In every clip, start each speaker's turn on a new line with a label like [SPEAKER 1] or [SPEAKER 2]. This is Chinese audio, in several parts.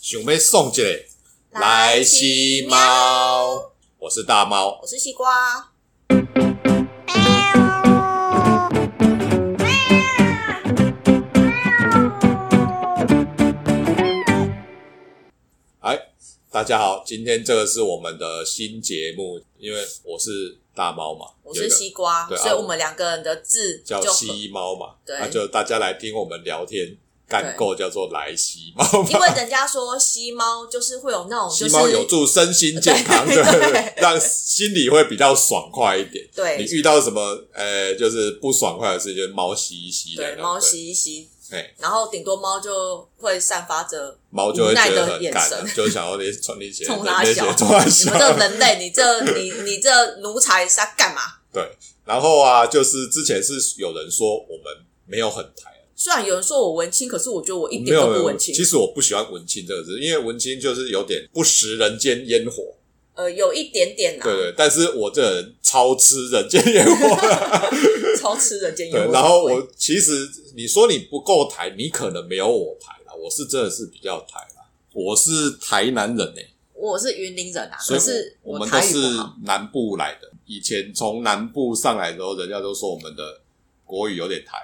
[SPEAKER 1] 想要送一个来西猫，我是大猫。
[SPEAKER 2] 我是西瓜。
[SPEAKER 1] 哎，大家好，今天这个是我们的新节目，因为我是大猫嘛，
[SPEAKER 2] 我
[SPEAKER 1] 有
[SPEAKER 2] 是
[SPEAKER 1] 一个
[SPEAKER 2] 西瓜，
[SPEAKER 1] 对啊
[SPEAKER 2] 所以我们两个人的字就
[SPEAKER 1] 叫
[SPEAKER 2] 合
[SPEAKER 1] 西猫嘛，
[SPEAKER 2] 对
[SPEAKER 1] 那就大家来听我们聊天干够，叫做来西猫
[SPEAKER 2] 因
[SPEAKER 1] 吧。
[SPEAKER 2] 为人家说吸猫就是会有那种就
[SPEAKER 1] 西
[SPEAKER 2] 是
[SPEAKER 1] 猫有助身心健康，
[SPEAKER 2] 对
[SPEAKER 1] 对对
[SPEAKER 2] 对
[SPEAKER 1] 对， 让心里会比较爽快一点。你
[SPEAKER 2] 对
[SPEAKER 1] 遇到什么呃，就是不爽快的事，就是猫吸一吸的
[SPEAKER 2] 对
[SPEAKER 1] 那种，
[SPEAKER 2] 猫吸一吸，
[SPEAKER 1] 对，哎，
[SPEAKER 2] 然后顶多猫就会散发 着
[SPEAKER 1] 猫就会觉得
[SPEAKER 2] 无奈的
[SPEAKER 1] 很
[SPEAKER 2] 眼
[SPEAKER 1] 干
[SPEAKER 2] 神
[SPEAKER 1] 啊，就想要你穿你鞋，
[SPEAKER 2] 冲他
[SPEAKER 1] 那些
[SPEAKER 2] 笑，
[SPEAKER 1] 冲他
[SPEAKER 2] 你
[SPEAKER 1] 笑
[SPEAKER 2] 们。这人类，你这你你这奴才是要干嘛？
[SPEAKER 1] 然后啊，就是之前是有人说我们没有很台，
[SPEAKER 2] 虽然有人说我文青，可是我觉得我一
[SPEAKER 1] 没
[SPEAKER 2] 点
[SPEAKER 1] 有
[SPEAKER 2] 都
[SPEAKER 1] 没
[SPEAKER 2] 不
[SPEAKER 1] 有
[SPEAKER 2] 文青
[SPEAKER 1] 其。实我不喜欢文青这个字，因为文青就是有点不食人间烟火，
[SPEAKER 2] 呃，有一点点啦
[SPEAKER 1] 对，对。但是我这人超吃人间烟火，
[SPEAKER 2] 超吃人间
[SPEAKER 1] 对
[SPEAKER 2] 烟。火。
[SPEAKER 1] 然后我其实你说你不够台，你可能没有我台啦，我是真的是比较台啦，我是台南人欸诶、
[SPEAKER 2] 我是云林人啊，
[SPEAKER 1] 所
[SPEAKER 2] 可
[SPEAKER 1] 以
[SPEAKER 2] 是
[SPEAKER 1] 我
[SPEAKER 2] 我
[SPEAKER 1] 们都
[SPEAKER 2] 台语
[SPEAKER 1] 是
[SPEAKER 2] 不好。
[SPEAKER 1] 南部来的。以前从南部上来的时候，人家都说我们的国语有点台，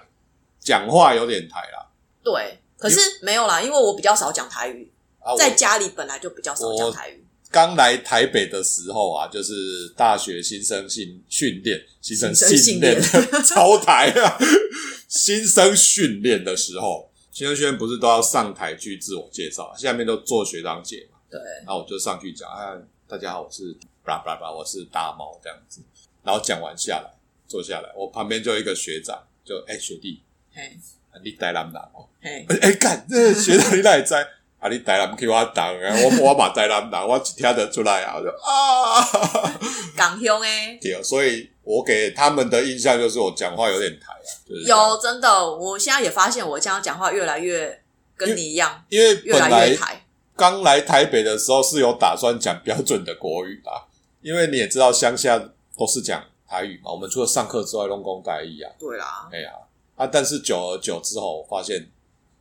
[SPEAKER 1] 讲话有点台啦。
[SPEAKER 2] 对，可是没有啦，因为我比较少讲台语，
[SPEAKER 1] 啊，我
[SPEAKER 2] 在家里本来就比较少讲台语。
[SPEAKER 1] 刚来台北的时候啊，就是大学新生训训练、新生训练
[SPEAKER 2] 新
[SPEAKER 1] 超台啊， 新生训练的时候，新生训练不是都要上台去自我介绍，下面都做学长姐嘛。
[SPEAKER 2] 对，
[SPEAKER 1] 然后我就上去讲，啊，大家好，我是巴拉巴拉巴拉，我是大猫这样子。然后讲完下来，坐下来，我旁边就有一个学长，就哎、学弟，
[SPEAKER 2] 嘿，
[SPEAKER 1] 啊你台南人哦，
[SPEAKER 2] 嘿，
[SPEAKER 1] 哎、哎干，这学长你哪会知？啊你台南去我当啊，我我嘛台南人，我一听得出来啊，我就啊，
[SPEAKER 2] 港兄哎，
[SPEAKER 1] 对，所以我给他们的印象就是我讲话有点台啊，就是这样
[SPEAKER 2] 有真的，我现在也发现我这样讲话越来越跟你一样，
[SPEAKER 1] 因为
[SPEAKER 2] 越
[SPEAKER 1] 本
[SPEAKER 2] 来
[SPEAKER 1] 来
[SPEAKER 2] 越台。
[SPEAKER 1] 刚来台北的时候是有打算讲标准的国语啦，因为你也知道乡下都是讲台语嘛，我们除了上课之外，弄工台语啊，
[SPEAKER 2] 对啦，
[SPEAKER 1] 哎呀啊，但是久而久之后，我发现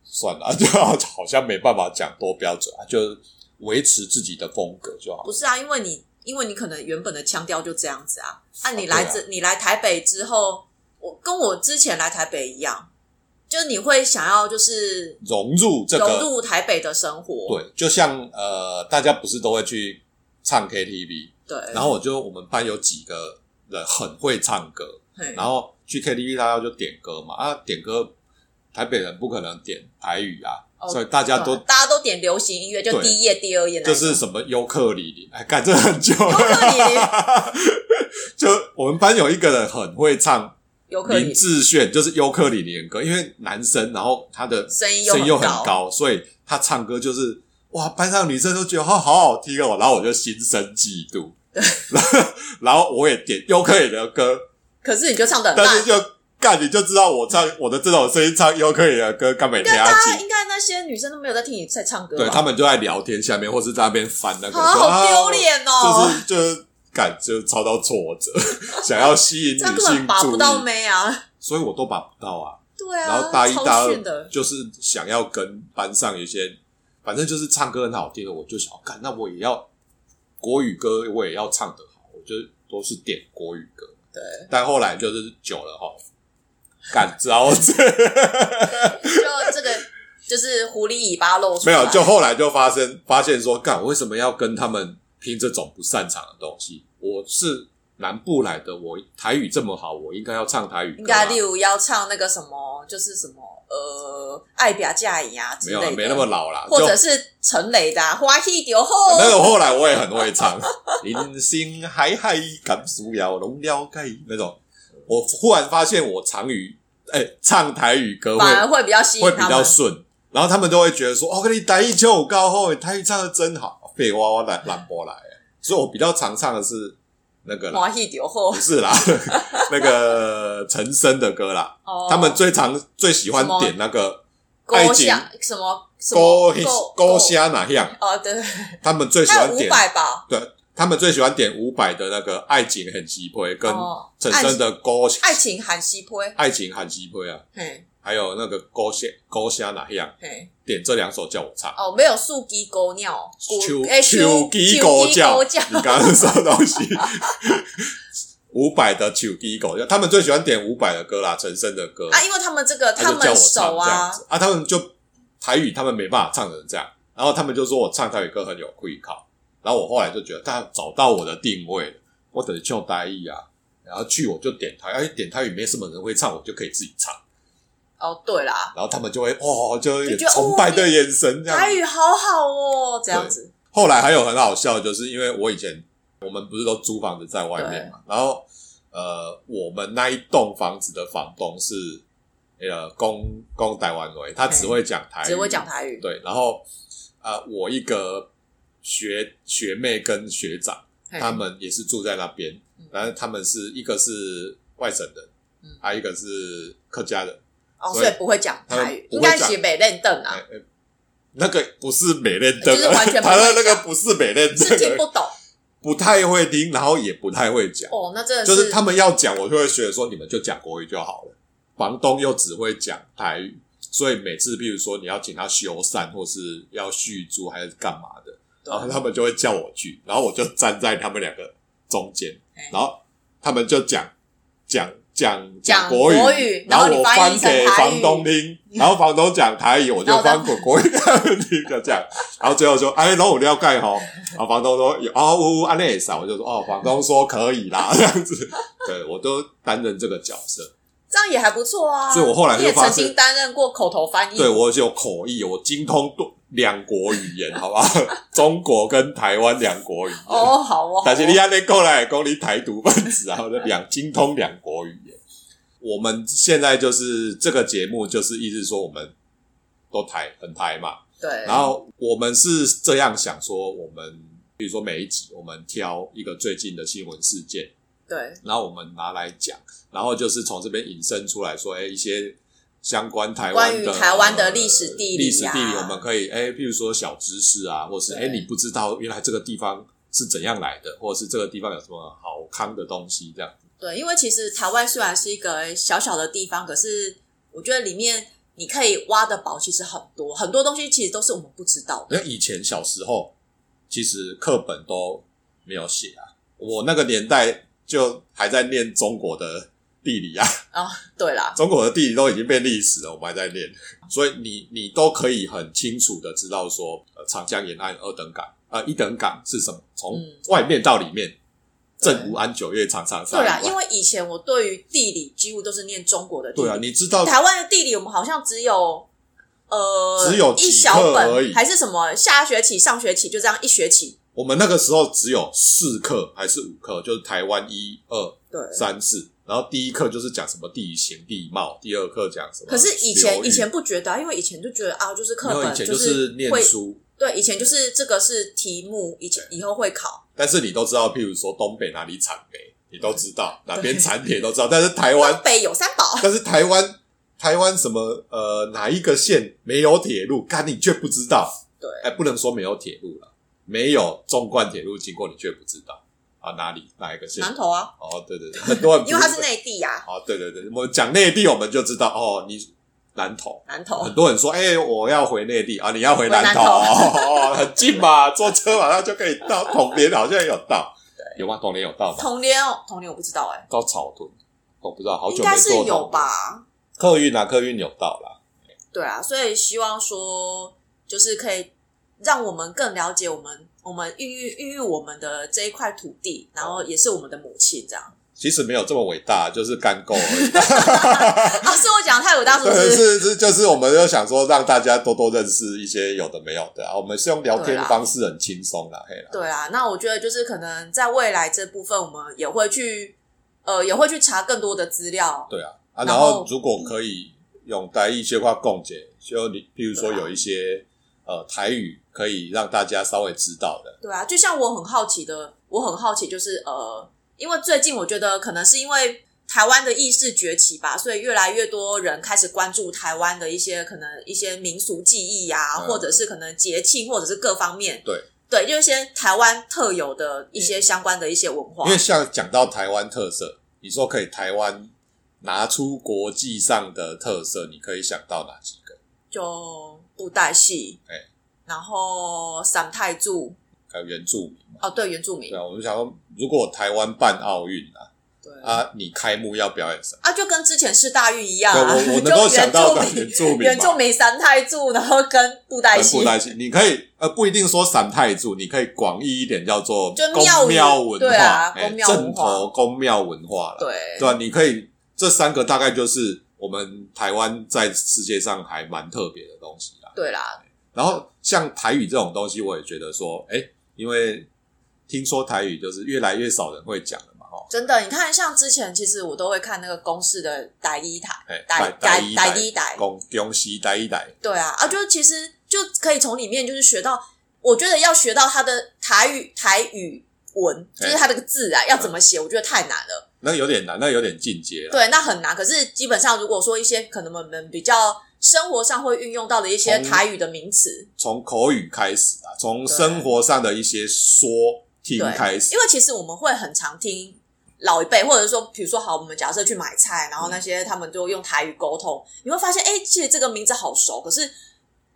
[SPEAKER 1] 算了， 就好好像没办法讲多标准啊，就维持自己的风格就好
[SPEAKER 2] 不。是啊，因为你因为你可能原本的腔调就这样子啊，啊，你
[SPEAKER 1] 啊
[SPEAKER 2] 来
[SPEAKER 1] 对啊
[SPEAKER 2] 这、你来台北之后，我跟我之前来台北一样，就是你会想要就是
[SPEAKER 1] 融入这
[SPEAKER 2] 融
[SPEAKER 1] 个
[SPEAKER 2] 入台北的生活，
[SPEAKER 1] 对，就像呃，大家不是都会去唱 KTV，
[SPEAKER 2] 对对，
[SPEAKER 1] 然后我就我们班有几个人很会唱歌，
[SPEAKER 2] 嘿
[SPEAKER 1] 然后去 KTV 大家就点歌嘛，啊，点歌台北人不可能点台语啊，
[SPEAKER 2] 哦
[SPEAKER 1] 所以大家
[SPEAKER 2] 对
[SPEAKER 1] 都
[SPEAKER 2] 大家都点流行音乐，就
[SPEAKER 1] 对
[SPEAKER 2] 第一页、第二页那
[SPEAKER 1] 就
[SPEAKER 2] 种，
[SPEAKER 1] 是什么尤克里里，哎，干这很久
[SPEAKER 2] 尤克 里里
[SPEAKER 1] 了。就我们班有一个人很会唱
[SPEAKER 2] 尤克
[SPEAKER 1] 林
[SPEAKER 2] 里
[SPEAKER 1] 志炫，就是尤克里里的歌，因为男生，然后他的
[SPEAKER 2] 声音又
[SPEAKER 1] 声音又很
[SPEAKER 2] 高，
[SPEAKER 1] 高，所以他唱歌就是哇，班上女生都觉得哦，好好听哦，然后我就心生嫉 妒，然后然后我也点尤克里里的歌，
[SPEAKER 2] 可是你就唱的很
[SPEAKER 1] 但是
[SPEAKER 2] 烂。
[SPEAKER 1] 就干你就知道我唱我的这种声音唱尤克里里的歌干没听下
[SPEAKER 2] 大家
[SPEAKER 1] 去，
[SPEAKER 2] 应该那些女生都没有在听你在唱歌吧？
[SPEAKER 1] 对他们就在聊天下面或是在那边翻那个，
[SPEAKER 2] 啊，
[SPEAKER 1] 说
[SPEAKER 2] 好丢、脸
[SPEAKER 1] 啊
[SPEAKER 2] 哦！
[SPEAKER 1] 就是就是感就超到挫 折，想要吸引
[SPEAKER 2] 这样
[SPEAKER 1] 女
[SPEAKER 2] 根本
[SPEAKER 1] 性
[SPEAKER 2] 拔
[SPEAKER 1] 注
[SPEAKER 2] 不到
[SPEAKER 1] 意，
[SPEAKER 2] 妹啊！
[SPEAKER 1] 所以我都把不到啊。
[SPEAKER 2] 对啊，
[SPEAKER 1] 然后大一
[SPEAKER 2] 超
[SPEAKER 1] 大
[SPEAKER 2] 逊
[SPEAKER 1] 二
[SPEAKER 2] 的，
[SPEAKER 1] 就是想要跟班上有一些，反正就是唱歌很好听的，我就想要干，那我也要国语歌，我也要唱得好，我就都是点国语歌。
[SPEAKER 2] 对，
[SPEAKER 1] 但后来就是久了哈，感招这
[SPEAKER 2] 就这个就是狐狸尾巴露出
[SPEAKER 1] 没
[SPEAKER 2] 来，
[SPEAKER 1] 有，就后来就发生发现说，干，我为什么要跟他们拼这种不擅长的东西？我是南部来的，我台语这么好，我应该要唱台语歌、啊。
[SPEAKER 2] 应该例如要唱那个什么，就是什么呃，爱表嫁衣啊之
[SPEAKER 1] 没
[SPEAKER 2] 类
[SPEAKER 1] 有
[SPEAKER 2] 的，
[SPEAKER 1] 啊，没那么老啦。
[SPEAKER 2] 或
[SPEAKER 1] 就
[SPEAKER 2] 者
[SPEAKER 1] 是
[SPEAKER 2] 陈磊的啊花戏丢后，
[SPEAKER 1] 那个后来我也很会唱，人生海海感受了龙了解那种。我忽然发现我常语，哎、唱台语歌会
[SPEAKER 2] 反而会比较吸
[SPEAKER 1] 会
[SPEAKER 2] 引
[SPEAKER 1] 比
[SPEAKER 2] 他
[SPEAKER 1] 较
[SPEAKER 2] 们。
[SPEAKER 1] 顺，然后他们都会觉得说：“哦，跟你台语就有高后，台语唱的真好。”废话，我懒懒波来，所以我比较常唱的是那个啦，
[SPEAKER 2] 花戏丢后
[SPEAKER 1] 不，是啦， 那个陈升的歌啦，
[SPEAKER 2] 哦
[SPEAKER 1] 他们最常最喜欢点那个
[SPEAKER 2] 勾下什么什
[SPEAKER 1] 勾
[SPEAKER 2] 么
[SPEAKER 1] 勾虾哪样，
[SPEAKER 2] 哦，对对，
[SPEAKER 1] 他们最喜
[SPEAKER 2] 还有
[SPEAKER 1] 欢
[SPEAKER 2] 五
[SPEAKER 1] 点
[SPEAKER 2] 百吧，
[SPEAKER 1] 对，他们最喜欢点伍佰的那个《爱情很鸡婆》跟
[SPEAKER 2] 哦
[SPEAKER 1] 陈升的勾
[SPEAKER 2] 爱情喊西坡，
[SPEAKER 1] 爱情很鸡婆》啊，
[SPEAKER 2] 嘿，
[SPEAKER 1] 还有那个勾虾勾虾哪样，
[SPEAKER 2] 嘿，
[SPEAKER 1] 点这两首叫我唱。
[SPEAKER 2] 哦，没有树鸡狗尿，
[SPEAKER 1] 秋
[SPEAKER 2] 骨哎
[SPEAKER 1] 秋
[SPEAKER 2] 鸡
[SPEAKER 1] 鸡狗叫，
[SPEAKER 2] 狗
[SPEAKER 1] 你刚刚是什么东西？伍佰的秋鸡狗叫，他们最喜欢点伍佰的歌啦，陈升的歌，
[SPEAKER 2] 啊，因为他们这个
[SPEAKER 1] 他
[SPEAKER 2] 他
[SPEAKER 1] 就叫
[SPEAKER 2] 们
[SPEAKER 1] 我
[SPEAKER 2] 熟
[SPEAKER 1] 唱这样
[SPEAKER 2] 啊，
[SPEAKER 1] 子啊，他们就台语他们没办法唱成这样，然后他们就说我唱台语歌很有愧靠，然后我后来就觉得他找到我的定位了，我等于就台语啊，然后去我就点台，而且点台语没什么人会唱，我就可以自己唱，
[SPEAKER 2] 哦，对啦，
[SPEAKER 1] 然后他们就会哦，就
[SPEAKER 2] 就
[SPEAKER 1] 有
[SPEAKER 2] 觉得
[SPEAKER 1] 崇拜的眼神这样
[SPEAKER 2] 台语好好哦，这样子，
[SPEAKER 1] 后来还有很好笑，就是因为我以前我们不是都租房子在外面嘛，然后呃，我们那一栋房子的房东是呃公公台湾人，他只会讲台语，
[SPEAKER 2] 只会讲台语，
[SPEAKER 1] 对，然后呃，我一个学学妹跟学长，
[SPEAKER 2] 嘿
[SPEAKER 1] 他们也是住在那边
[SPEAKER 2] 嗯，
[SPEAKER 1] 然后他们是一个是外省人，
[SPEAKER 2] 嗯
[SPEAKER 1] 还有一个是客家人，
[SPEAKER 2] 哦，
[SPEAKER 1] 所以
[SPEAKER 2] 所以不会讲
[SPEAKER 1] 他们
[SPEAKER 2] 台语，
[SPEAKER 1] 不
[SPEAKER 2] 应
[SPEAKER 1] 会
[SPEAKER 2] 该
[SPEAKER 1] 讲
[SPEAKER 2] 是美认凳啊
[SPEAKER 1] 哎，哎那个不是美认灯，啊
[SPEAKER 2] 就是完全不 会
[SPEAKER 1] 他的那个
[SPEAKER 2] 讲
[SPEAKER 1] 不是美认灯，
[SPEAKER 2] 是听不懂
[SPEAKER 1] 不太会听，然后也不太会讲，
[SPEAKER 2] 哦，那真的
[SPEAKER 1] 就是他们要讲，我就会学说你们就讲国语就好了。房东又只会讲台语，所以每次譬如说你要请他修缮，或是要续租还是干嘛的，
[SPEAKER 2] 对
[SPEAKER 1] 然后哦他们就会叫我去，然后我就站在他们两个中间
[SPEAKER 2] 嘿，
[SPEAKER 1] 然后他们就讲讲讲
[SPEAKER 2] 讲
[SPEAKER 1] 国
[SPEAKER 2] 国语
[SPEAKER 1] 然
[SPEAKER 2] 然后
[SPEAKER 1] 我
[SPEAKER 2] 你翻
[SPEAKER 1] 翻
[SPEAKER 2] 译成
[SPEAKER 1] 给
[SPEAKER 2] 台语
[SPEAKER 1] 房东听，然后房东讲台语，我就翻给国语听，就这样。然后最后说：“哎，那我了解吼。”然后房东说：“有哦，呜呜，安内少。”我就说：“哦，房东说可以啦，这样子。”对我都担任这个角色，
[SPEAKER 2] 这样也还不错啊。
[SPEAKER 1] 所以我后来就
[SPEAKER 2] 你也
[SPEAKER 1] 发
[SPEAKER 2] 曾
[SPEAKER 1] 现
[SPEAKER 2] 经担任过口头翻译，
[SPEAKER 1] 对我有口译，我精通多两国语言，好 吧？中国跟台湾两国语言。
[SPEAKER 2] 哦，好哦，
[SPEAKER 1] 但是你啊
[SPEAKER 2] 好哦
[SPEAKER 1] 亚内过来讲你台独分子啊，我的两精通两国语言。我们现在就是这个节目，就是意思说我们都台很台嘛。
[SPEAKER 2] 对，
[SPEAKER 1] 然后我们是这样想说，我们比如说每一集我们挑一个最近的新闻事件，
[SPEAKER 2] 对
[SPEAKER 1] 然后我们拿来讲，然后就是从这边引申出来说，哎，一些相关台湾的
[SPEAKER 2] 关于台湾的历史地理啊
[SPEAKER 1] 历史地理，我们可以哎，譬如说小知识啊，或是
[SPEAKER 2] 对
[SPEAKER 1] 哎你不知道原来这个地方是怎样来的，或者是这个地方有什么好康的东西这样。
[SPEAKER 2] 对，因为其实台湾虽然是一个小小的地方，可是我觉得里面你可以挖的宝其实很多，很多东西其实都是我们不知道的。
[SPEAKER 1] 因为以前小时候其实课本都没有写啊，我那个年代就还在念中国的地 理啊，
[SPEAKER 2] 啊，对啦，
[SPEAKER 1] 中国的地理都已经变历史了，我们还在念，所以你你都可以很清楚的知道说，呃，长江沿岸二等港啊、呃一等港是什么，从
[SPEAKER 2] 嗯
[SPEAKER 1] 外面到里面，
[SPEAKER 2] 对
[SPEAKER 1] 正午安九月长长沙
[SPEAKER 2] 对啊
[SPEAKER 1] 以外。
[SPEAKER 2] 啦，因为以前我对于地理几乎都是念中国的地理，
[SPEAKER 1] 对啊，你知道
[SPEAKER 2] 台湾的地理我们好像只有。呃，
[SPEAKER 1] 只有
[SPEAKER 2] 一
[SPEAKER 1] 几
[SPEAKER 2] 小
[SPEAKER 1] 课
[SPEAKER 2] 本
[SPEAKER 1] 而已
[SPEAKER 2] 还是什么？下学期、上学期就这样一学期，
[SPEAKER 1] 我们那个时候只有四课还是五课，就是台湾一二
[SPEAKER 2] 对，
[SPEAKER 1] 三四，然后第一课就是讲什么地形地貌，第二课讲什么
[SPEAKER 2] 可
[SPEAKER 1] 流域。
[SPEAKER 2] 是以前以前不觉得、啊，因为以前就觉得啊，就是课
[SPEAKER 1] 因为
[SPEAKER 2] 本
[SPEAKER 1] 以前
[SPEAKER 2] 就
[SPEAKER 1] 就是念
[SPEAKER 2] 会
[SPEAKER 1] 书，
[SPEAKER 2] 对，以前就是这个是题目，以前以后会考。
[SPEAKER 1] 但是你都知道，譬如说东北哪里产煤，你都知 道哪边产铁都知道，但是台湾
[SPEAKER 2] 东北有三宝，
[SPEAKER 1] 但是台湾台湾什么呃哪一个县没有铁路，但你却不知道。
[SPEAKER 2] 对
[SPEAKER 1] 哎、不能说没有铁路了，没有纵贯铁路经过，你却不知道啊哪里哪一个县？
[SPEAKER 2] 南投啊，
[SPEAKER 1] 哦，对对对，很多人不
[SPEAKER 2] 因为它是内地啊呀、
[SPEAKER 1] 哦，对对对，我们讲内地我们就知道哦，你南投。
[SPEAKER 2] 南投
[SPEAKER 1] 很多人说：“哎、我要回内地啊，你要回南投，
[SPEAKER 2] 哦回南
[SPEAKER 1] 哦，很近嘛，坐车马上就可以到。统联好像有到，有吗？统联有到吗？
[SPEAKER 2] 同年哦，同年我不知道哎、
[SPEAKER 1] 到草屯，我不知道，好久
[SPEAKER 2] 应
[SPEAKER 1] 没
[SPEAKER 2] 该是
[SPEAKER 1] 坐
[SPEAKER 2] 有
[SPEAKER 1] 到。
[SPEAKER 2] 吧？
[SPEAKER 1] 客运啊，客运有到啦。
[SPEAKER 2] 对啊，所以希望说就是可以让我们更了解我们，我们孕育孕育我们的这一块土地，然后也是我们的母亲 这样。
[SPEAKER 1] 其实没有这么伟大，就是干够而已。
[SPEAKER 2] 啊，是我讲得太伟大是不
[SPEAKER 1] 对，是
[SPEAKER 2] 是？
[SPEAKER 1] 是，就是我们就想说让大家多多认识一些有的没有的啊。我们是用聊
[SPEAKER 2] 对
[SPEAKER 1] 天
[SPEAKER 2] 啦
[SPEAKER 1] 方式，很轻松啦，嘿啦。
[SPEAKER 2] 对啊，那我觉得就是可能在未来这部分，我们也会去呃也会去查更多的资料，
[SPEAKER 1] 对啊，啊，
[SPEAKER 2] 然
[SPEAKER 1] 然
[SPEAKER 2] 后
[SPEAKER 1] 后如果可以用台语切话共解，就你譬如说
[SPEAKER 2] 对啊
[SPEAKER 1] 有一些呃台语可以让大家稍微知道的，
[SPEAKER 2] 对啊，就像我很好奇的，我很好奇就是呃，因为最近我觉得可能是因为台湾的意识崛起吧，所以越来越多人开始关注台湾的一些可能一些民俗记忆呀、
[SPEAKER 1] 嗯
[SPEAKER 2] 或者是可能节庆，或者是各方面。
[SPEAKER 1] 对嗯
[SPEAKER 2] 对，就一些台湾特有的一些相关的一些文化
[SPEAKER 1] 因。为像讲到台湾特色，你说可以台湾拿出国际上的特色，你可以想到哪几个？
[SPEAKER 2] 就布袋戏，
[SPEAKER 1] 哎
[SPEAKER 2] 然后散太柱，
[SPEAKER 1] 还有原住民嘛？
[SPEAKER 2] 哦，对，原住民
[SPEAKER 1] 对，啊，我就想说，如果台湾办奥运啊，
[SPEAKER 2] 对
[SPEAKER 1] 啊，你开幕要表演什么？
[SPEAKER 2] 啊，就跟之前世大运一样
[SPEAKER 1] 对，
[SPEAKER 2] 啊，
[SPEAKER 1] 我我
[SPEAKER 2] 就
[SPEAKER 1] 能够想到的
[SPEAKER 2] 原住
[SPEAKER 1] 原住民
[SPEAKER 2] 民
[SPEAKER 1] 嘛，
[SPEAKER 2] 原住民三太柱，然后跟布袋
[SPEAKER 1] 跟
[SPEAKER 2] 戏
[SPEAKER 1] 布，袋戏，你可以呃不一定说散太柱，你可以广义一点叫做
[SPEAKER 2] 就
[SPEAKER 1] 宫
[SPEAKER 2] 庙宇
[SPEAKER 1] 庙文
[SPEAKER 2] 对
[SPEAKER 1] 化
[SPEAKER 2] 啊，
[SPEAKER 1] 哎
[SPEAKER 2] 宫庙
[SPEAKER 1] 正
[SPEAKER 2] 文化
[SPEAKER 1] 头宫庙文化了，
[SPEAKER 2] 对
[SPEAKER 1] 对啊，你可以这三个大概就是我们台湾在世界上还蛮特别的东西啦。
[SPEAKER 2] 对啦，
[SPEAKER 1] 然后像台语这种东西，我也觉得说，哎，因为听说台语就是越来越少人会讲了嘛，哈，
[SPEAKER 2] 真的，你看像之前其实我都会看那个公视的台一台
[SPEAKER 1] 哎，
[SPEAKER 2] 台
[SPEAKER 1] 台
[SPEAKER 2] 台
[SPEAKER 1] 语
[SPEAKER 2] 台一台，
[SPEAKER 1] 恭恭喜台语台，
[SPEAKER 2] 对啊，啊，就是其实就可以从里面就是学到，我觉得要学到他的台语台语文，就
[SPEAKER 1] 对
[SPEAKER 2] 是他这个字啊要怎么写，我觉得太难了。
[SPEAKER 1] 那有点难，那有点进阶了。
[SPEAKER 2] 对，那很难。可是基本上如果说一些可能我们比较生活上会运用到的一些
[SPEAKER 1] 从
[SPEAKER 2] 台语的名词，
[SPEAKER 1] 从口语开始啊，从
[SPEAKER 2] 对
[SPEAKER 1] 生活上的一些说听
[SPEAKER 2] 对
[SPEAKER 1] 开始
[SPEAKER 2] 因，为其实我们会很常听老一辈，或者说比如说好，我们假设去买菜，然后那些他们就用台语沟通，你会发现，哎、其实这个名字好熟，可是。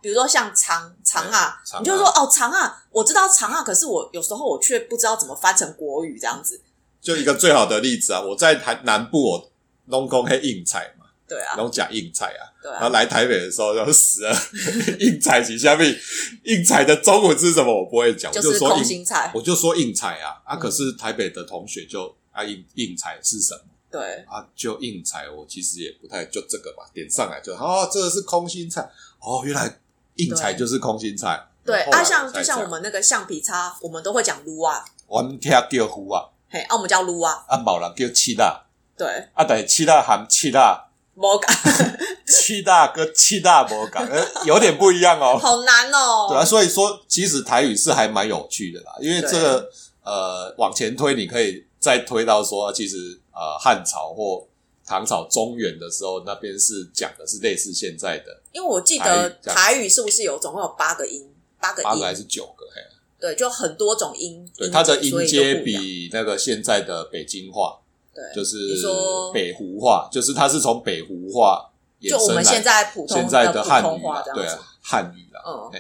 [SPEAKER 2] 比如说像长长啊
[SPEAKER 1] 对长，啊
[SPEAKER 2] 你就说哦长啊，我知道长啊，可是我有时候我却不知道怎么翻成国语这样子。
[SPEAKER 1] 就一个最好的例子啊，我在台南部我弄工黑硬菜嘛，
[SPEAKER 2] 对啊，
[SPEAKER 1] 弄讲硬菜啊，
[SPEAKER 2] 对
[SPEAKER 1] 然后
[SPEAKER 2] 啊，
[SPEAKER 1] 来台北的时候就死了 硬菜及下面硬菜的中文是什么我不会讲，我
[SPEAKER 2] 就是
[SPEAKER 1] 说
[SPEAKER 2] 空
[SPEAKER 1] 硬，
[SPEAKER 2] 心菜。
[SPEAKER 1] 我就说硬菜啊啊，
[SPEAKER 2] 嗯
[SPEAKER 1] 可是台北的同学就啊硬硬菜是什么
[SPEAKER 2] 对，
[SPEAKER 1] 啊就硬菜，我其实也不太就这个吧，点上来就哦这个是空心菜哦，原来硬菜
[SPEAKER 2] 对
[SPEAKER 1] 就是空心菜，
[SPEAKER 2] 对
[SPEAKER 1] 后来
[SPEAKER 2] 啊，像
[SPEAKER 1] 才
[SPEAKER 2] 就像
[SPEAKER 1] 知
[SPEAKER 2] 我
[SPEAKER 1] 道
[SPEAKER 2] 们那个橡皮擦，我们都会讲撸啊，
[SPEAKER 1] 我们听叫呼啊，
[SPEAKER 2] 嘿，啊，我们叫撸啊，
[SPEAKER 1] 啊，某人叫七大，
[SPEAKER 2] 对，
[SPEAKER 1] 啊，但是七大含七大，
[SPEAKER 2] 摩嘎，
[SPEAKER 1] 七大跟七大无共，呃，有点不一样 哦。
[SPEAKER 2] 好难哦。
[SPEAKER 1] 对啊，所以说其实台语是还蛮有趣的啦，因为这个呃往前推，你可以再推到说，其实呃汉朝或唐朝中原的时候，那边是讲的是类似现在的
[SPEAKER 2] 因为我记
[SPEAKER 1] 台
[SPEAKER 2] 得
[SPEAKER 1] 语这样
[SPEAKER 2] 台语是不是有总共有八个音？八个
[SPEAKER 1] 八个还
[SPEAKER 2] 音，
[SPEAKER 1] 是九个，嘿，
[SPEAKER 2] 对，就很多种音。
[SPEAKER 1] 对，
[SPEAKER 2] 音
[SPEAKER 1] 它的
[SPEAKER 2] 节所
[SPEAKER 1] 音
[SPEAKER 2] 以就不
[SPEAKER 1] 阶
[SPEAKER 2] 一样
[SPEAKER 1] 比那个现在的北京话，
[SPEAKER 2] 对，
[SPEAKER 1] 就
[SPEAKER 2] 你
[SPEAKER 1] 是
[SPEAKER 2] 说
[SPEAKER 1] 北胡话，就是它是从北胡话衍
[SPEAKER 2] 就我
[SPEAKER 1] 生
[SPEAKER 2] 们
[SPEAKER 1] 来
[SPEAKER 2] 现在普通
[SPEAKER 1] 现在
[SPEAKER 2] 的
[SPEAKER 1] 的
[SPEAKER 2] 普
[SPEAKER 1] 汉
[SPEAKER 2] 通
[SPEAKER 1] 语
[SPEAKER 2] 话
[SPEAKER 1] 啦
[SPEAKER 2] 这，样
[SPEAKER 1] 对
[SPEAKER 2] 子
[SPEAKER 1] 啊。，汉语啦，
[SPEAKER 2] 嗯，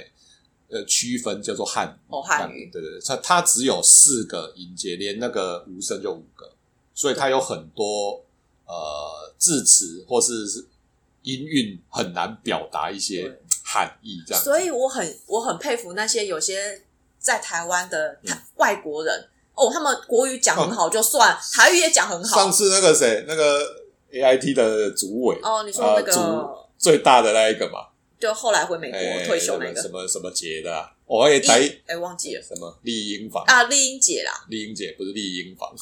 [SPEAKER 1] 呃，区分叫做汉语。
[SPEAKER 2] 哦，汉语
[SPEAKER 1] 对对对，它它只有四个音节，连那个无声就五个，所以它有很多呃字词或是音韵很难表达一些
[SPEAKER 2] 对
[SPEAKER 1] 含义，这样子
[SPEAKER 2] 所以我很我很佩服那些有些在台湾的台外国人哦，他们国语讲很好就算，台语也讲很
[SPEAKER 1] 哦上
[SPEAKER 2] 好。
[SPEAKER 1] 次那个谁，那个 A I T 的主委，
[SPEAKER 2] 哦，你说那
[SPEAKER 1] 呃主
[SPEAKER 2] 个
[SPEAKER 1] 最大的那一个嘛，
[SPEAKER 2] 就后来回美
[SPEAKER 1] 哎
[SPEAKER 2] 国退休那
[SPEAKER 1] 什
[SPEAKER 2] 个，
[SPEAKER 1] 么什么杰的、啊，我也台
[SPEAKER 2] 英哎忘记了
[SPEAKER 1] 什么丽英房
[SPEAKER 2] 啊，丽英姐啦，
[SPEAKER 1] 丽英姐不是丽英 房，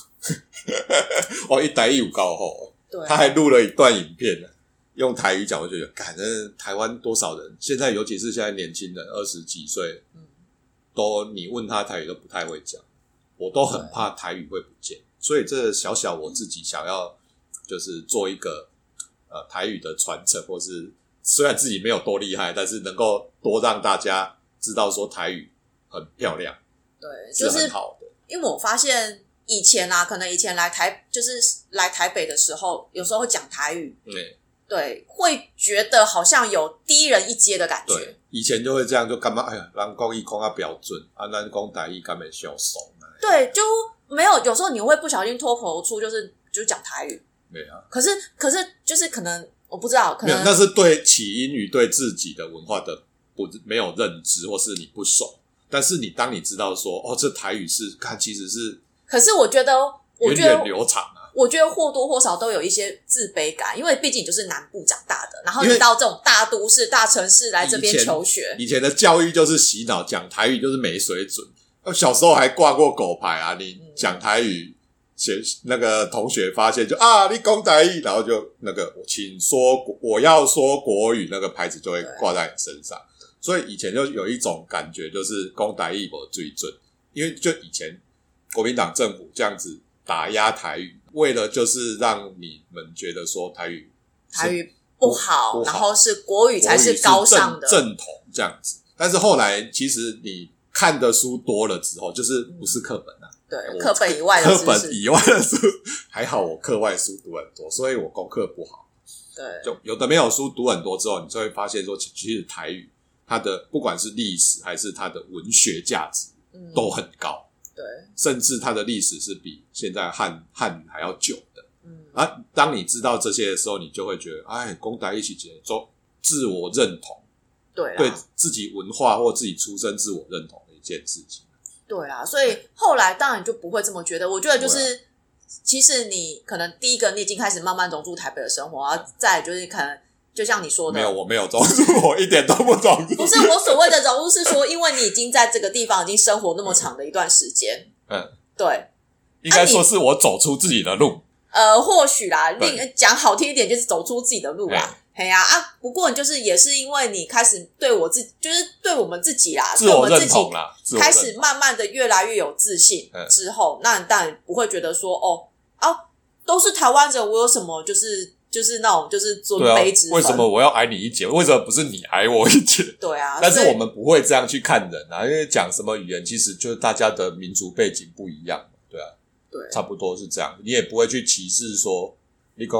[SPEAKER 1] 哦，一台一五高吼，
[SPEAKER 2] 对
[SPEAKER 1] 他还录了一段影片呢，用台语讲，我就觉得，感恩台湾多少人现在，尤其是现在年轻人二十几岁，
[SPEAKER 2] 嗯
[SPEAKER 1] 都你问他台语都不太会讲，我都很怕台语会不见，所以这小小我自己想要就是做一个呃台语的传承，或是虽然自己没有多厉害，但是能够多让大家知道说台语很漂亮，
[SPEAKER 2] 对，
[SPEAKER 1] 是啊
[SPEAKER 2] 就
[SPEAKER 1] 很
[SPEAKER 2] 是
[SPEAKER 1] 好的，
[SPEAKER 2] 因为我发现以前啊，可能以前来台就是来台北的时候，有时候会讲台语，
[SPEAKER 1] 对。
[SPEAKER 2] 对，会觉得好像有低人一阶的感觉
[SPEAKER 1] 对。，以前就会这样，就干嘛？哎呀，人讲一讲啊标准，啊，咱讲台语干嘛小怂啊？
[SPEAKER 2] 对，就没有有时候你会不小心脱口而出，就是就讲台语。
[SPEAKER 1] 对啊，
[SPEAKER 2] 可是可是就是可能我不知道，可
[SPEAKER 1] 没有，
[SPEAKER 2] 能
[SPEAKER 1] 那是对起因于对自己的文化的不没有认知，或是你不熟。但是你当你知道说，哦，这台语是看其实是
[SPEAKER 2] 可是我觉得我
[SPEAKER 1] 源
[SPEAKER 2] 觉得
[SPEAKER 1] 远流长啊，
[SPEAKER 2] 我觉得或多或少都有一些自卑感，因为毕竟你就是南部长大的，然后
[SPEAKER 1] 因
[SPEAKER 2] 你
[SPEAKER 1] 为
[SPEAKER 2] 到这种大都市、大城市来这
[SPEAKER 1] 以
[SPEAKER 2] 边
[SPEAKER 1] 前
[SPEAKER 2] 求学，
[SPEAKER 1] 以前的教育就是洗脑，讲台语就是没水准。那小时候还挂过狗牌啊，你
[SPEAKER 2] 嗯
[SPEAKER 1] 讲台语，学那个同学发现就啊，你讲台语，然后就那个请说国我要说国语那个牌子就会挂在你身上。所以以前就有一种感觉，就是讲台语我最准，因为就以前国民党政府这样子打压台语，为了就是让你们觉得说台语是
[SPEAKER 2] 台语不好，
[SPEAKER 1] 不好
[SPEAKER 2] 然后是国语才
[SPEAKER 1] 国语
[SPEAKER 2] 高尚的。
[SPEAKER 1] 正正统这样子。但是后来其实你看的书多了之后，就是不是课本啊，
[SPEAKER 2] 对，
[SPEAKER 1] 我
[SPEAKER 2] 课本以外的
[SPEAKER 1] 课
[SPEAKER 2] 知
[SPEAKER 1] 本
[SPEAKER 2] 识，
[SPEAKER 1] 以外的书，还好我课外书读很多，所以我功课不好。
[SPEAKER 2] 对，
[SPEAKER 1] 就有的没有书读很多之后，你就会发现说，其其实台语它的不管是历史还是它的文学价值
[SPEAKER 2] 嗯，
[SPEAKER 1] 都很高，
[SPEAKER 2] 对，
[SPEAKER 1] 甚至它的历史是比现在汉汉语还要久的。
[SPEAKER 2] 嗯，
[SPEAKER 1] 啊，当你知道这些的时候，你就会觉得，哎，公台一起结中，自我认同，
[SPEAKER 2] 对啦，啊
[SPEAKER 1] 对自己文化或自己出身自我认同的一件事情。
[SPEAKER 2] 对啊，所以后来当然就不会这么觉得。我觉得就是，其实你可能第一个你已经开始慢慢融入台北的生活，然后再来就是可能就像你说的，
[SPEAKER 1] 没有，我没有融入， 我一点都不融入
[SPEAKER 2] 不。是我所谓的融入，是说因为你已经在这个地方已经生活那么长的一段时间，
[SPEAKER 1] 嗯，
[SPEAKER 2] 对，
[SPEAKER 1] 应该说是我走出自己的路。
[SPEAKER 2] 呃，或许啦，
[SPEAKER 1] 对嗯
[SPEAKER 2] 另讲好听一点就是走出自己的路啦。嘿呀啊不过你就是也是因为你开始对我自，就是对我们自己啦，
[SPEAKER 1] 自
[SPEAKER 2] 对我
[SPEAKER 1] 我
[SPEAKER 2] 们
[SPEAKER 1] 认
[SPEAKER 2] 自己
[SPEAKER 1] 同啦，自我
[SPEAKER 2] 开
[SPEAKER 1] 认
[SPEAKER 2] 始慢慢的越来越有自信
[SPEAKER 1] 嗯
[SPEAKER 2] 之后，那你当然不会觉得说哦啊都是台湾人，我有什么就是就是那种就是尊
[SPEAKER 1] 对啊
[SPEAKER 2] 卑之，分？
[SPEAKER 1] 为什么？我要矮你一截？为什么不是你矮我一截？
[SPEAKER 2] 对啊，
[SPEAKER 1] 但是
[SPEAKER 2] 所以
[SPEAKER 1] 我们不会这样去看人啊，因为讲什么语言，其实就是大家的民族背景不一样嘛，对啊，
[SPEAKER 2] 对
[SPEAKER 1] 差不多是这样。你也不会去歧视说，你讲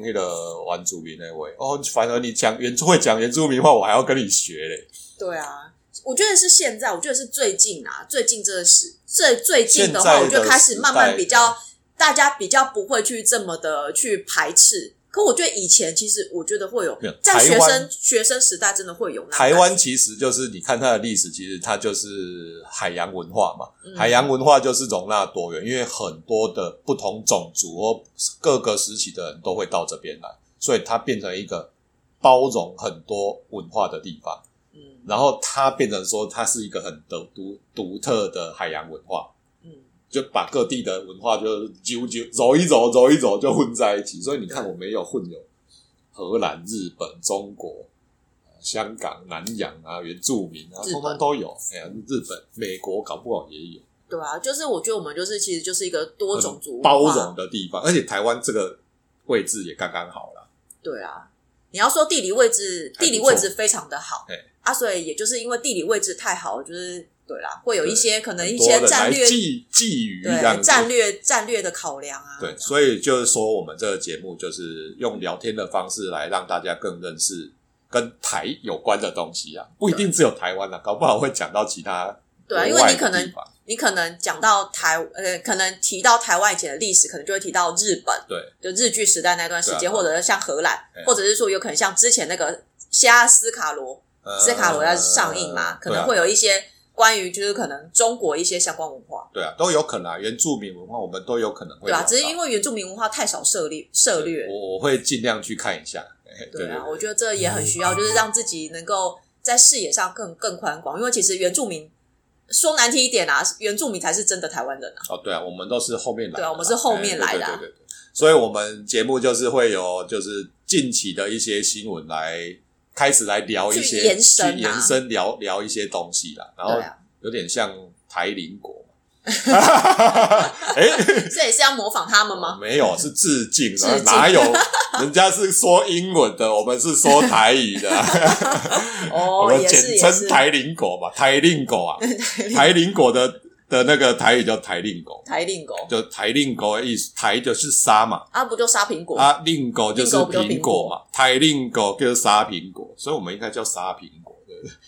[SPEAKER 1] 那个原住民那位哦，反而你讲原会讲原住民话，我还要跟你学嘞。
[SPEAKER 2] 对啊，我觉得是现在，我觉得是最近啊，最近这个时最最近的
[SPEAKER 1] 现
[SPEAKER 2] 话，
[SPEAKER 1] 在的
[SPEAKER 2] 我就开始慢
[SPEAKER 1] 时
[SPEAKER 2] 慢
[SPEAKER 1] 代
[SPEAKER 2] 比较，大家比较不会去这么的去排斥。可我觉得以前其实我觉得会有
[SPEAKER 1] 没有，
[SPEAKER 2] 在学
[SPEAKER 1] 台湾
[SPEAKER 2] 生学生时代真的会有那种
[SPEAKER 1] 台
[SPEAKER 2] 感
[SPEAKER 1] 湾其实就是你看它的历史，其实它就是海洋文化嘛。
[SPEAKER 2] 觉、嗯
[SPEAKER 1] 海洋文化就是容纳多元，因为很多的不同种族或各个时期的人都会到这边来，所以它变成一个包容很多文化的地方。
[SPEAKER 2] 嗯
[SPEAKER 1] 然后它变成说，它是一个很独独独特的海洋文化，
[SPEAKER 2] 嗯
[SPEAKER 1] 就把各地的文化就揪揪揉一揉揉一揉就混在一起。所以你看，我们有混有荷兰、日本、中国、呃香港、南洋啊、原住民啊，
[SPEAKER 2] 日本
[SPEAKER 1] 通通都有。哎呀，日本、美国搞不好也有。
[SPEAKER 2] 对啊，就是我觉得我们就是其实就是一个多种族文化
[SPEAKER 1] 包容，的地方，而且台湾这个位置也刚刚好了。
[SPEAKER 2] 对啊。你要说地理位置，
[SPEAKER 1] 还不错
[SPEAKER 2] 地理位置非常的好
[SPEAKER 1] 对，
[SPEAKER 2] 啊，所以也就是因为地理位置太好，就是对啦，会有一
[SPEAKER 1] 对
[SPEAKER 2] 些可能一
[SPEAKER 1] 很多
[SPEAKER 2] 些
[SPEAKER 1] 人
[SPEAKER 2] 战
[SPEAKER 1] 来
[SPEAKER 2] 略
[SPEAKER 1] 觊觊觎这样
[SPEAKER 2] 对
[SPEAKER 1] 子，
[SPEAKER 2] 战略战略的考量啊。
[SPEAKER 1] 对，所以就是说，我们这个节目就是用聊天的方式来让大家更认识跟台有关的东西啊，不一定只有台湾啊，搞不好会讲到其他
[SPEAKER 2] 对啊，因
[SPEAKER 1] 国
[SPEAKER 2] 为
[SPEAKER 1] 外
[SPEAKER 2] 你可
[SPEAKER 1] 的地
[SPEAKER 2] 能
[SPEAKER 1] 方
[SPEAKER 2] 你可能讲到台呃，可能提到台湾以前的历史，可能就会提到日本，
[SPEAKER 1] 对，
[SPEAKER 2] 就日据时代那段时
[SPEAKER 1] 对
[SPEAKER 2] 间，
[SPEAKER 1] 啊
[SPEAKER 2] 或者是像荷兰
[SPEAKER 1] 对啊，
[SPEAKER 2] 或者是说有可能像之前那个西阿斯卡罗，
[SPEAKER 1] 呃
[SPEAKER 2] 斯卡罗要上映嘛，
[SPEAKER 1] 嗯
[SPEAKER 2] 可
[SPEAKER 1] 啊
[SPEAKER 2] 能会有一些关于就是可能中国一些相关文化，
[SPEAKER 1] 对啊对啊，都有可能啊，原住民文化我们都有啊可能会
[SPEAKER 2] 对吧、
[SPEAKER 1] 聊到
[SPEAKER 2] 只是因为原住民文化太少涉猎涉略，
[SPEAKER 1] 我我会尽量去看一下，嘿嘿
[SPEAKER 2] 对
[SPEAKER 1] 对嗯
[SPEAKER 2] 啊，我觉得这也很需要，就是让自己能够在视野上更更宽广，因为其实原住民说难听一点啊，原住民才是真的台湾人 啊。
[SPEAKER 1] 哦，对啊，我们都是后面来的啦，
[SPEAKER 2] 对啊我们是后面来的啊
[SPEAKER 1] 哎对对对对对所以我们节目就是会有就是近期的一些新闻来开始来聊一些
[SPEAKER 2] 去延伸啊
[SPEAKER 1] 去延伸聊聊一些东西啦，然后
[SPEAKER 2] 对啊，
[SPEAKER 1] 有点像台邻国嘛，哎、
[SPEAKER 2] 这也是要模仿他们吗？
[SPEAKER 1] 没有是致敬啊，
[SPEAKER 2] 致敬
[SPEAKER 1] 哪有人家是说英文的，我们是说台语的啊， 我
[SPEAKER 2] 哦，
[SPEAKER 1] 们
[SPEAKER 2] 也是
[SPEAKER 1] 简
[SPEAKER 2] 也
[SPEAKER 1] 称
[SPEAKER 2] 是，
[SPEAKER 1] 台邻国嘛，台邻国 啊，台邻国的的那个台语叫台邻国。
[SPEAKER 2] 台令狗
[SPEAKER 1] 就台令狗的意思，台就是杀嘛，
[SPEAKER 2] 啊，不就杀苹果？
[SPEAKER 1] 啊，令狗就是
[SPEAKER 2] 令狗不就
[SPEAKER 1] 苹果嘛，台令狗就是杀苹果，所以我们应该叫杀苹果，对不对？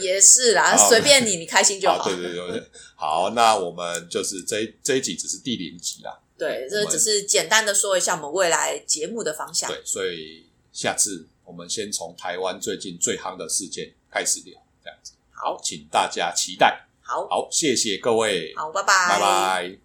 [SPEAKER 2] 也是啦，
[SPEAKER 1] 好
[SPEAKER 2] 随便你，你开心就
[SPEAKER 1] 啊，
[SPEAKER 2] 好。
[SPEAKER 1] 哦对对对对，好，那我们就是这一这一集只是第零集啦，
[SPEAKER 2] 对，
[SPEAKER 1] 我
[SPEAKER 2] 这
[SPEAKER 1] 们
[SPEAKER 2] 只是简单的说一下我们未来节目的方向。
[SPEAKER 1] 对，所以下次我们先从台湾最近最夯的事件开始聊，这样子，好，请大家期待，
[SPEAKER 2] 好，
[SPEAKER 1] 好，谢谢各位，
[SPEAKER 2] 好，拜
[SPEAKER 1] 拜拜。